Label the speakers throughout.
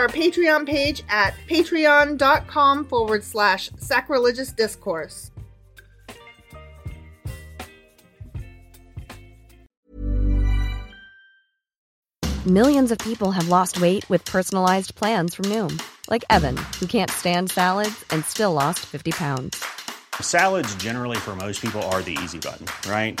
Speaker 1: our Patreon page at patreon.com forward slash sacrilegious discourse.
Speaker 2: Millions of people have lost weight with personalized plans from Noom, like Evan, who can't stand salads and still lost 50 pounds.
Speaker 3: Salads, generally, for most people, are the easy button, right?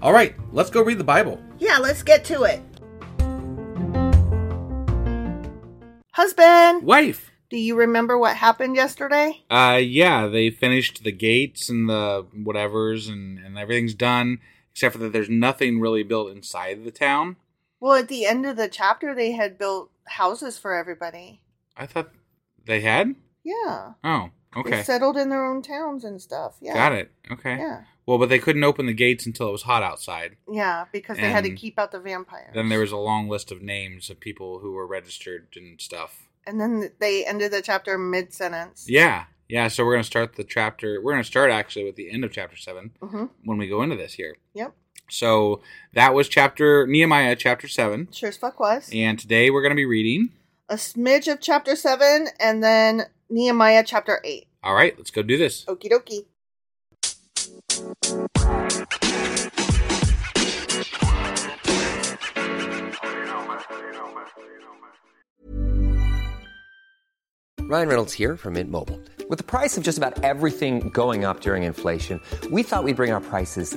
Speaker 4: All right, let's go read the Bible.
Speaker 1: Yeah, let's get to it. Husband,
Speaker 4: Wife!
Speaker 1: do you remember what happened yesterday?
Speaker 4: Uh, yeah, they finished the gates and the whatevers, and, and everything's done, except for that there's nothing really built inside the town.
Speaker 1: Well, at the end of the chapter, they had built houses for everybody.
Speaker 4: I thought they had?
Speaker 1: Yeah.
Speaker 4: Oh,
Speaker 1: They
Speaker 4: okay.
Speaker 1: settled in their own towns and stuff. Yeah.
Speaker 4: Got it. Okay.
Speaker 1: Yeah.
Speaker 4: Well, but they couldn't open the gates until it was hot outside.
Speaker 1: Yeah, because they had to
Speaker 4: And
Speaker 1: keep out the vampires.
Speaker 4: Then there was a long list of names of people who were registered and stuff.
Speaker 1: And then they ended the chapter mid sentence.
Speaker 4: Yeah. Yeah, so we're going to start the chapter. We're going to start actually with the end of chapter 7
Speaker 1: Mm-hmm.
Speaker 4: when we go into this here.
Speaker 1: Yep.
Speaker 4: So that was chapter Nehemiah chapter 7.
Speaker 1: Sure as fuck was.
Speaker 4: And today we're going to be reading.
Speaker 1: A smidge of chapter 7 and then Nehemiah chapter 8.
Speaker 4: All right, let's go do this.
Speaker 1: Okie dokie.
Speaker 5: Ryan Reynolds here from Mint Mobile. With the price of just about everything going up during inflation, we thought we'd bring our prices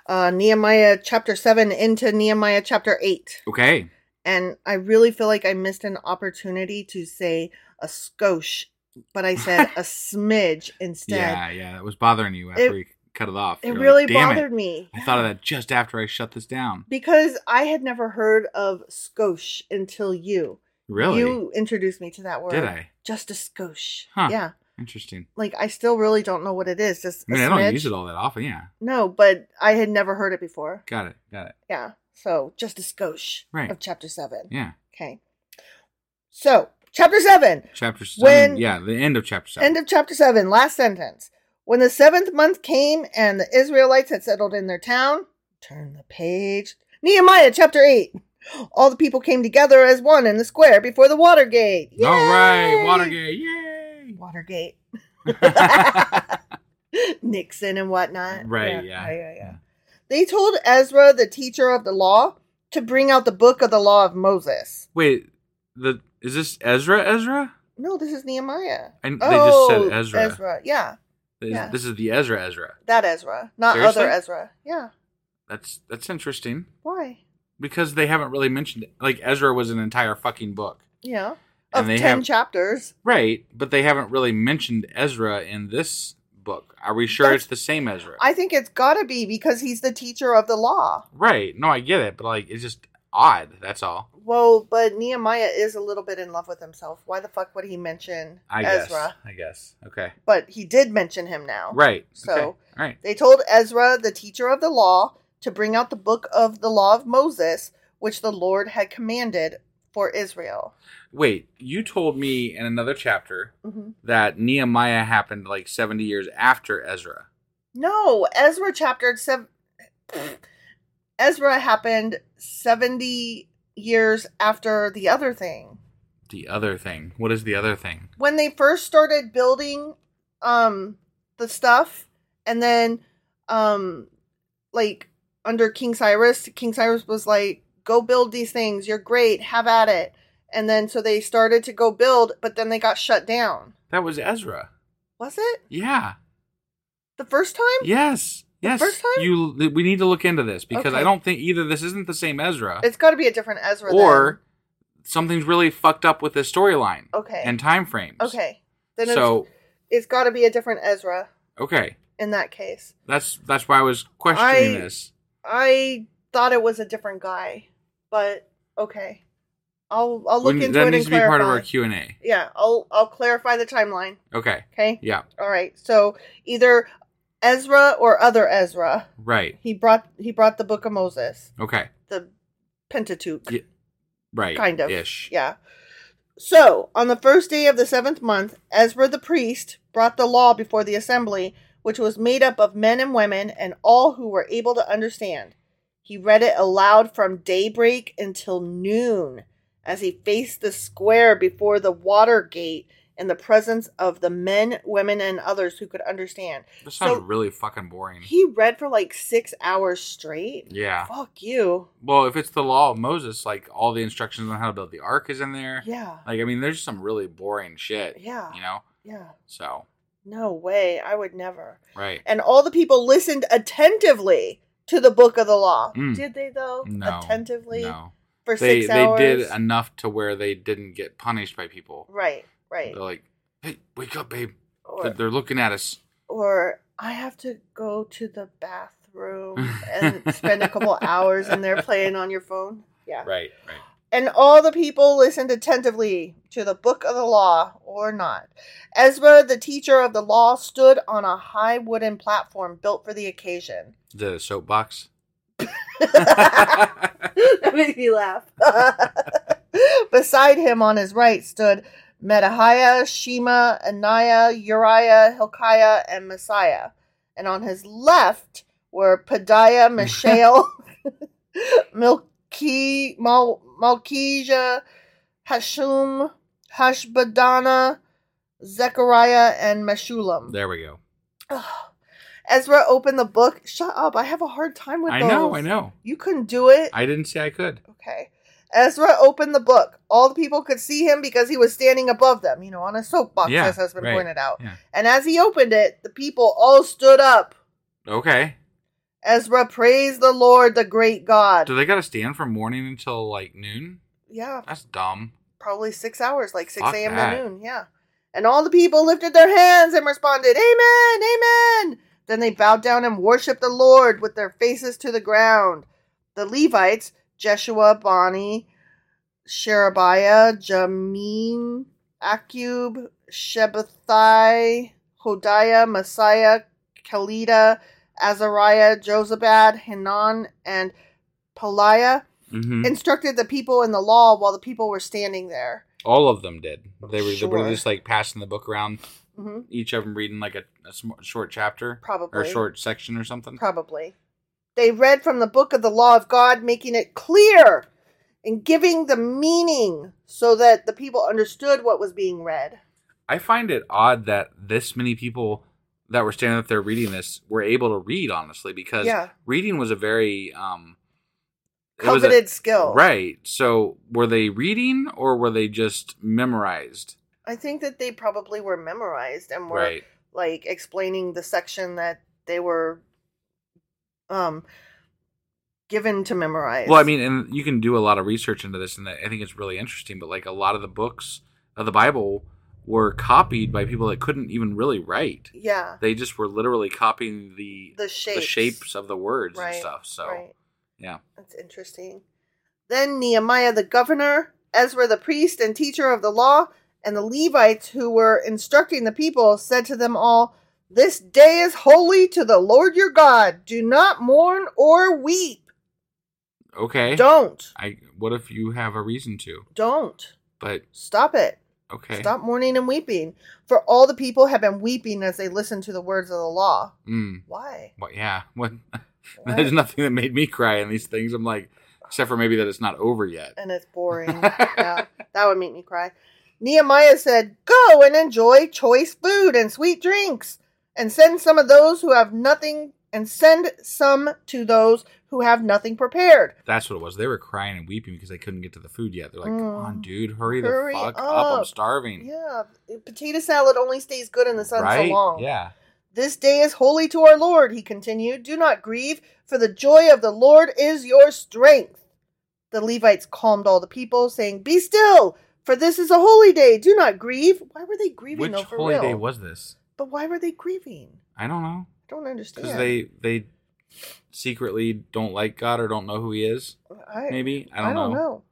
Speaker 1: uh, Nehemiah chapter 7 into Nehemiah chapter 8.
Speaker 4: Okay.
Speaker 1: And I really feel like I missed an opportunity to say a skosh, but I said a smidge instead.
Speaker 4: Yeah, yeah. That was bothering you after
Speaker 1: It-
Speaker 4: we cut it off.
Speaker 1: It
Speaker 4: You're like,
Speaker 1: really
Speaker 4: "Damn it."
Speaker 1: bothered me.
Speaker 4: I thought of that just after I shut this down.
Speaker 1: Because I had never heard of skosh until you.
Speaker 4: Really?
Speaker 1: You introduced me to that word.
Speaker 4: Did I?
Speaker 1: Just a skosh.
Speaker 4: Huh.
Speaker 1: Yeah.
Speaker 4: Interesting.
Speaker 1: Like I still really don't know what it is. Just
Speaker 4: I
Speaker 1: a
Speaker 4: mean, I don't
Speaker 1: smidge.
Speaker 4: use it all that often. Yeah.
Speaker 1: No, but I had never heard it before.
Speaker 4: Got it. Got it.
Speaker 1: Yeah. So just a skosh
Speaker 4: Right.
Speaker 1: of chapter seven.
Speaker 4: Yeah.
Speaker 1: Okay. So chapter seven.
Speaker 4: Chapter
Speaker 1: When-
Speaker 4: seven. yeah, the end of chapter seven.
Speaker 1: End of chapter seven, last sentence. When the seventh month came and the Israelites had settled in their town, turn the page. Nehemiah chapter eight. All the people came together as one in the square before the water gate.
Speaker 4: All right,
Speaker 1: Yay!
Speaker 4: Watergate. Yay.
Speaker 1: Watergate. Nixon and whatnot.
Speaker 4: Right, yeah. Mm.
Speaker 1: yeah, yeah, yeah. They told Ezra, the teacher of the law, to bring out the book of the law of Moses.
Speaker 4: Wait, the is this Ezra? Ezra?
Speaker 1: No, this is Nehemiah. Oh,
Speaker 4: And they just said Ezra.
Speaker 1: Yeah,
Speaker 4: Is-
Speaker 1: Yeah.
Speaker 4: This is the Ezra. Ezra.
Speaker 1: that Ezra, not
Speaker 4: Seriously?
Speaker 1: other Ezra. Yeah.
Speaker 4: That's that's interesting
Speaker 1: Why?
Speaker 4: because they haven't really mentioned it. like Ezra was an entire fucking book,
Speaker 1: Yeah.
Speaker 4: And
Speaker 1: Of
Speaker 4: they
Speaker 1: ten
Speaker 4: have-
Speaker 1: chapters.
Speaker 4: right? But they haven't really mentioned Ezra in this book. Are we sure
Speaker 1: That's-
Speaker 4: it's the same Ezra?
Speaker 1: I think it's gotta be because he's the teacher of the law.
Speaker 4: right. No, I get it, but like it's just odd. That's all.
Speaker 1: Well, but Nehemiah is a little bit in love with himself. Why the fuck would he mention
Speaker 4: I guess.
Speaker 1: Ezra?
Speaker 4: I guess. Okay.
Speaker 1: But he did mention him now.
Speaker 4: Right.
Speaker 1: So-
Speaker 4: okay. all right.
Speaker 1: They told Ezra, the teacher of the law, to bring out the book of the law of Moses, which the Lord had commanded for Israel.
Speaker 4: Wait, you told me in another chapter
Speaker 1: Mhm.
Speaker 4: that Nehemiah happened like 70 years after Ezra.
Speaker 1: No, Ezra chapter seven. Ezra happened 70 years after the other thing.
Speaker 4: The other thing. What is the other thing?
Speaker 1: When they first started building um the stuff and then um like under King Cyrus, King Cyrus was like, "Go build these things. You're great. Have at it." And then so they started to go build, but then they got shut down.
Speaker 4: That was Ezra.
Speaker 1: Was it
Speaker 4: Yeah.
Speaker 1: the first time?
Speaker 4: Yes. Yes.
Speaker 1: first time?
Speaker 4: You th- we need to look into this because I
Speaker 1: Okay.
Speaker 4: don't think either this isn't the same Ezra
Speaker 1: It's got to be a different Ezra.
Speaker 4: or something's really fucked up with this storyline.
Speaker 1: Okay.
Speaker 4: And time frames.
Speaker 1: then. okay, then it's,
Speaker 4: so
Speaker 1: it's got to be a different Ezra
Speaker 4: okay.
Speaker 1: in that case.
Speaker 4: That's that's why I was questioning
Speaker 1: I-
Speaker 4: this.
Speaker 1: I thought it was a different guy, but okay, I'll I'll look
Speaker 4: We-
Speaker 1: into
Speaker 4: that
Speaker 1: it
Speaker 4: needs
Speaker 1: and
Speaker 4: to be part of
Speaker 1: clarify.
Speaker 4: our Q&A.
Speaker 1: yeah, I'll I'll clarify the timeline.
Speaker 4: Okay.
Speaker 1: Okay.
Speaker 4: Yeah.
Speaker 1: All right. So either Ezra or other Ezra.
Speaker 4: Right.
Speaker 1: He brought he brought the book of Moses,
Speaker 4: Okay.
Speaker 1: the Pentateuch,
Speaker 4: Yeah, Right.
Speaker 1: kind of.
Speaker 4: ish.
Speaker 1: Yeah. So on the first day of the seventh month, Ezra the priest brought the law before the assembly, which was made up of men and women and all who were able to understand. He read it aloud from daybreak until noon, as he faced the square before the water gate in the presence of the men, women, and others who could understand.
Speaker 4: This sounds
Speaker 1: So-
Speaker 4: really fucking boring.
Speaker 1: He read for like six hours straight.
Speaker 4: Yeah.
Speaker 1: Fuck you.
Speaker 4: Well, if it's the law of Moses, like all the instructions on how to build the ark is in there.
Speaker 1: Yeah.
Speaker 4: Like, I mean, there's some really boring shit.
Speaker 1: Yeah.
Speaker 4: You know?
Speaker 1: Yeah.
Speaker 4: So,
Speaker 1: No way. I would never.
Speaker 4: right.
Speaker 1: And all the people listened attentively to the book of the law.
Speaker 4: Mm.
Speaker 1: Did they though?
Speaker 4: No.
Speaker 1: Attentively
Speaker 4: No.
Speaker 1: for
Speaker 4: They,
Speaker 1: six
Speaker 4: they
Speaker 1: hours.
Speaker 4: did enough to where they didn't get punished by people.
Speaker 1: right. Right.
Speaker 4: They're like, hey, wake up, babe.
Speaker 1: Or-
Speaker 4: They're- They're looking at us.
Speaker 1: or I have to go to the bathroom and spend a couple hours in there playing on your phone. Yeah.
Speaker 4: Right, right.
Speaker 1: And all the people listened attentively to the book of the law, or not. Ezra, the teacher of the law, stood on a high wooden platform built for the occasion.
Speaker 4: Is that a soapbox?
Speaker 1: that made me laugh. Beside him on his right stood Metahiah, Shema, Ananiah, Uriah, Hilkiah, and Messiah. And on his left were Padiah, Michelle, Milki, Mal, Malkijah, Hashum, Hashbadana, Zechariah, and Meshulam.
Speaker 4: There we go.
Speaker 1: Ezra opened the book. Shut up. I have a hard time with
Speaker 4: I
Speaker 1: those.
Speaker 4: know, I know.
Speaker 1: You couldn't do it.
Speaker 4: I didn't say I could.
Speaker 1: Okay. Ezra opened the book. All the people could see him because he was standing above them, you know, on a soapbox,
Speaker 4: Yeah,
Speaker 1: as has been
Speaker 4: right.
Speaker 1: pointed out.
Speaker 4: Yeah.
Speaker 1: And as he opened it, the people all stood up.
Speaker 4: Okay.
Speaker 1: Ezra praised the Lord, the great God.
Speaker 4: Do they got to stand from morning until like noon?
Speaker 1: yeah,
Speaker 4: That's dumb.
Speaker 1: probably six hours, like 6
Speaker 4: Fuck
Speaker 1: a.m.
Speaker 4: that.
Speaker 1: to noon. Yeah. And all the people lifted their hands and responded, Amen, Amen. Then they bowed down and worshiped the Lord with their faces to the ground. The Levites, Jeshua, Bani, Sherebiah, Jamin, Akub, Shebathai, Hodiah, Messiah, Kalida, Azariah, Josabad, Hanan, and Peliah
Speaker 4: Mm-hmm.
Speaker 1: instructed the people in the law while the people were standing there.
Speaker 4: All of them did. They were, they
Speaker 1: Sure.
Speaker 4: were just like passing the book around,
Speaker 1: Mhm.
Speaker 4: each of them reading like a, a sm- short chapter, or a
Speaker 1: Probably.
Speaker 4: short section or something.
Speaker 1: Probably. They read from the book of the law of God, making it clear and giving the meaning so that the people understood what was being read.
Speaker 4: I find it odd that this many people that were standing up there reading this were able to read honestly because
Speaker 1: Yeah.
Speaker 4: reading was a very um it was a-
Speaker 1: Coveted skill.
Speaker 4: Right. So were they reading or were they just memorized?
Speaker 1: I think that they probably were memorized and were
Speaker 4: Right.
Speaker 1: like explaining the section that they were um given to memorize.
Speaker 4: Well, I mean, and you can do a lot of research into this, and I think it's really interesting. But like a lot of the books of the Bible were copied by people that couldn't even really write.
Speaker 1: yeah.
Speaker 4: They just were literally copying the
Speaker 1: The shapes.
Speaker 4: shapes of the words and stuff. So
Speaker 1: right.
Speaker 4: yeah,
Speaker 1: That's interesting. Then Nehemiah the governor, Ezra the priest and teacher of the law, and the Levites who were instructing the people said to them all, This day is holy to the Lord your God. Do not mourn or weep.
Speaker 4: okay.
Speaker 1: Don't.
Speaker 4: I what if you have a reason to?
Speaker 1: Don't.
Speaker 4: But
Speaker 1: Stop it.
Speaker 4: okay.
Speaker 1: Stop mourning and weeping. For all the people have been weeping as they listened to the words of the law.
Speaker 4: Mm.
Speaker 1: Why?
Speaker 4: What? Yeah. What?
Speaker 1: What?
Speaker 4: There's nothing that made me cry in these things. I'm like, except for maybe that it's not over yet.
Speaker 1: and it's boring. yeah, that would make me cry. Nehemiah said, Go and enjoy choice food and sweet drinks, and send some of those who have nothing, and send some to those who have nothing prepared.
Speaker 4: That's what it was. They were crying and weeping because they couldn't get to the food yet. They're like, "Come
Speaker 1: Mm.
Speaker 4: on, dude, hurry,
Speaker 1: Hurry
Speaker 4: the fuck up. I'm
Speaker 1: up."
Speaker 4: starving."
Speaker 1: Yeah, potato salad only stays good in the sun
Speaker 4: right?
Speaker 1: so long.
Speaker 4: Yeah.
Speaker 1: This day is holy to our Lord, he continued. Do not grieve, for the joy of the Lord is your strength. The Levites calmed all the people, saying, Be still, for this is a holy day. Do not grieve. Why were they grieving
Speaker 4: Which
Speaker 1: though for
Speaker 4: holy
Speaker 1: real?
Speaker 4: day was this?
Speaker 1: But why were they grieving?
Speaker 4: I don't know.
Speaker 1: I don't understand.
Speaker 4: Because they they secretly don't like God or don't know who He is.
Speaker 1: Eh, I,
Speaker 4: Maybe I don't, know.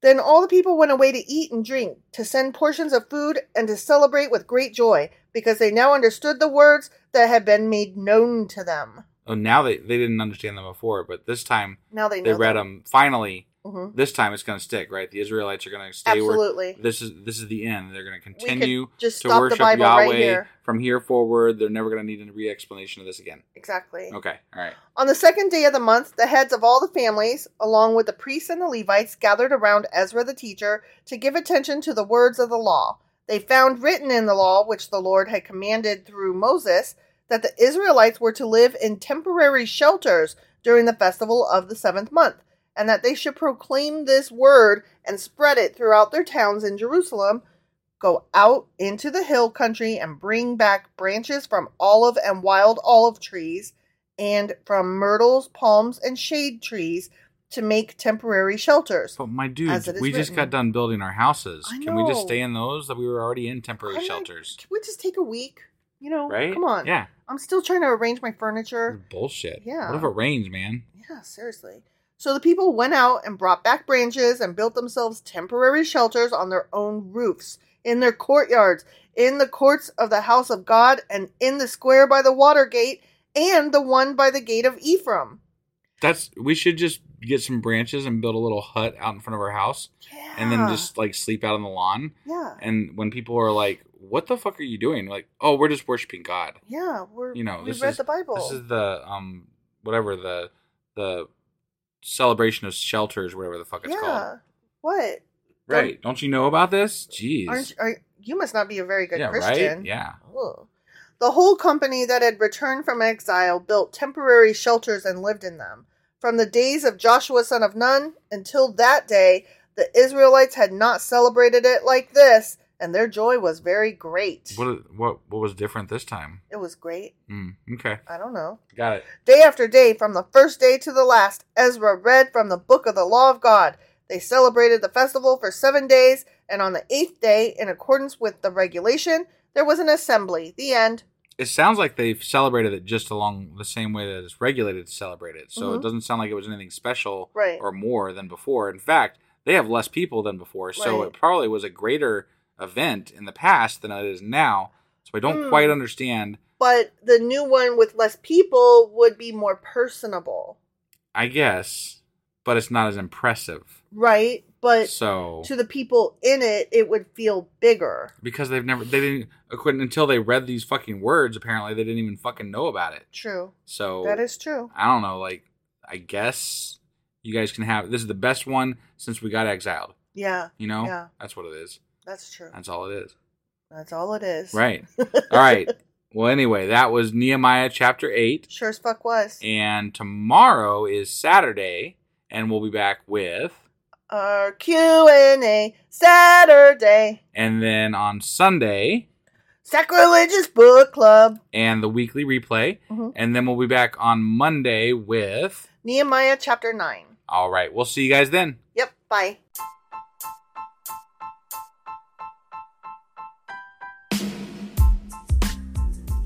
Speaker 1: Then all the people went away to eat and drink, to send portions of food, and to celebrate with great joy, because they now understood the words that had been made known to them.
Speaker 4: Oh, now they they didn't understand them before, but this time
Speaker 1: Now they
Speaker 4: they,
Speaker 1: know
Speaker 4: read
Speaker 1: them.
Speaker 4: them. Finally,
Speaker 1: Mhm.
Speaker 4: this time it's going to stick, right? The Israelites are going to stay. where-
Speaker 1: Absolutely.
Speaker 4: this is this is the end. They're going to
Speaker 1: could
Speaker 4: continue
Speaker 1: just
Speaker 4: to
Speaker 1: stop the
Speaker 4: worship
Speaker 1: Bible right
Speaker 4: Yahweh
Speaker 1: here.
Speaker 4: from here forward. They're never going to need any re-explanation of this again.
Speaker 1: Exactly.
Speaker 4: Okay, all right.
Speaker 1: On the second day of the month, the heads of all the families, along with the priests and the Levites, gathered around Ezra the teacher to give attention to the words of the law. They found written in the law, which the Lord had commanded through Moses, that the Israelites were to live in temporary shelters during the festival of the seventh month, and that they should proclaim this word and spread it throughout their towns in Jerusalem. Go out into the hill country and bring back branches from olive and wild olive trees and from myrtles, palms, and shade trees to make temporary shelters.
Speaker 4: But my dudes,
Speaker 1: As it is
Speaker 4: we just got
Speaker 1: written.
Speaker 4: done building our houses.
Speaker 1: I
Speaker 4: Can we just
Speaker 1: know.
Speaker 4: stay in those that we were already in
Speaker 1: I'm
Speaker 4: temporary
Speaker 1: like,
Speaker 4: shelters?
Speaker 1: can we just take a week? You know,
Speaker 4: Right?
Speaker 1: come on.
Speaker 4: Yeah.
Speaker 1: I'm still trying to arrange my furniture.
Speaker 4: Bullshit.
Speaker 1: Yeah.
Speaker 4: What if it rains, man?
Speaker 1: Yeah, seriously. So the people went out and brought back branches and built themselves temporary shelters on their own roofs, in their courtyards, in the courts of the house of God, and in the square by the water gate, and the one by the gate of Ephraim.
Speaker 4: That's we should just get some branches and build a little hut out in front of our house
Speaker 1: Yeah.
Speaker 4: and then just like sleep out on the lawn.
Speaker 1: Yeah.
Speaker 4: And when people are like, What the fuck are you doing? Like, oh, we're just worshiping God.
Speaker 1: Yeah. We're,
Speaker 4: You know,
Speaker 1: we
Speaker 4: this
Speaker 1: read
Speaker 4: is
Speaker 1: the Bible.
Speaker 4: This is the um whatever the the celebration of shelters, whatever the fuck it's
Speaker 1: yeah.
Speaker 4: called.
Speaker 1: What?
Speaker 4: Right? Don't you know about this? Jeez.
Speaker 1: Aren't you, are, you must not be a very good
Speaker 4: yeah.
Speaker 1: Christian.
Speaker 4: Right. Yeah.
Speaker 1: Ugh. The whole company that had returned from exile built temporary shelters and lived in them. From the days of Joshua son of Nun until that day, the Israelites had not celebrated it like this, and their joy was very great.
Speaker 4: What what what was different this time?
Speaker 1: It was great.
Speaker 4: Mm, okay.
Speaker 1: I don't know.
Speaker 4: Got it.
Speaker 1: Day after day, from the first day to the last, Ezra read from the book of the law of God. They celebrated the festival for seven days, and on the eighth day, in accordance with the regulation, there was an assembly. The end.
Speaker 4: It sounds like they've celebrated it just along the same way that it's regulated to celebrate it. So it doesn't sound like it was anything special
Speaker 1: Mm-hmm. Right.
Speaker 4: or more than before. In fact, they have less people than before, so
Speaker 1: Right.
Speaker 4: it probably was a greater event in the past than it is now. So I don't
Speaker 1: Mm.
Speaker 4: quite understand.
Speaker 1: But the new one with less people would be more personable,
Speaker 4: I guess, but it's not as impressive.
Speaker 1: right? But
Speaker 4: so
Speaker 1: to the people in it, it would feel bigger.
Speaker 4: because they've never they didn't according until they read these fucking words apparently they didn't even fucking know about it.
Speaker 1: True.
Speaker 4: So
Speaker 1: That is true.
Speaker 4: I don't know, like I guess you guys can have this is the best one since we got exiled.
Speaker 1: Yeah.
Speaker 4: You know?
Speaker 1: Yeah.
Speaker 4: That's what it is.
Speaker 1: That's true.
Speaker 4: That's all it is.
Speaker 1: That's all it is.
Speaker 4: Right. all right. Well anyway, that was Nehemiah chapter eight.
Speaker 1: Sure as fuck was.
Speaker 4: And tomorrow is Saturday, and we'll be back with
Speaker 1: Our Q&A Saturday.
Speaker 4: and then on Sunday
Speaker 1: Sacrilegious Book Club.
Speaker 4: and the weekly replay.
Speaker 1: Mhm.
Speaker 4: And then we'll be back on Monday with.
Speaker 1: Nehemiah chapter 9.
Speaker 4: All right. We'll see you guys then.
Speaker 1: Yep. Bye.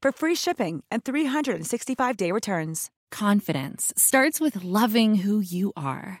Speaker 6: for free shipping and 365-day returns.
Speaker 7: Confidence starts with loving who you are.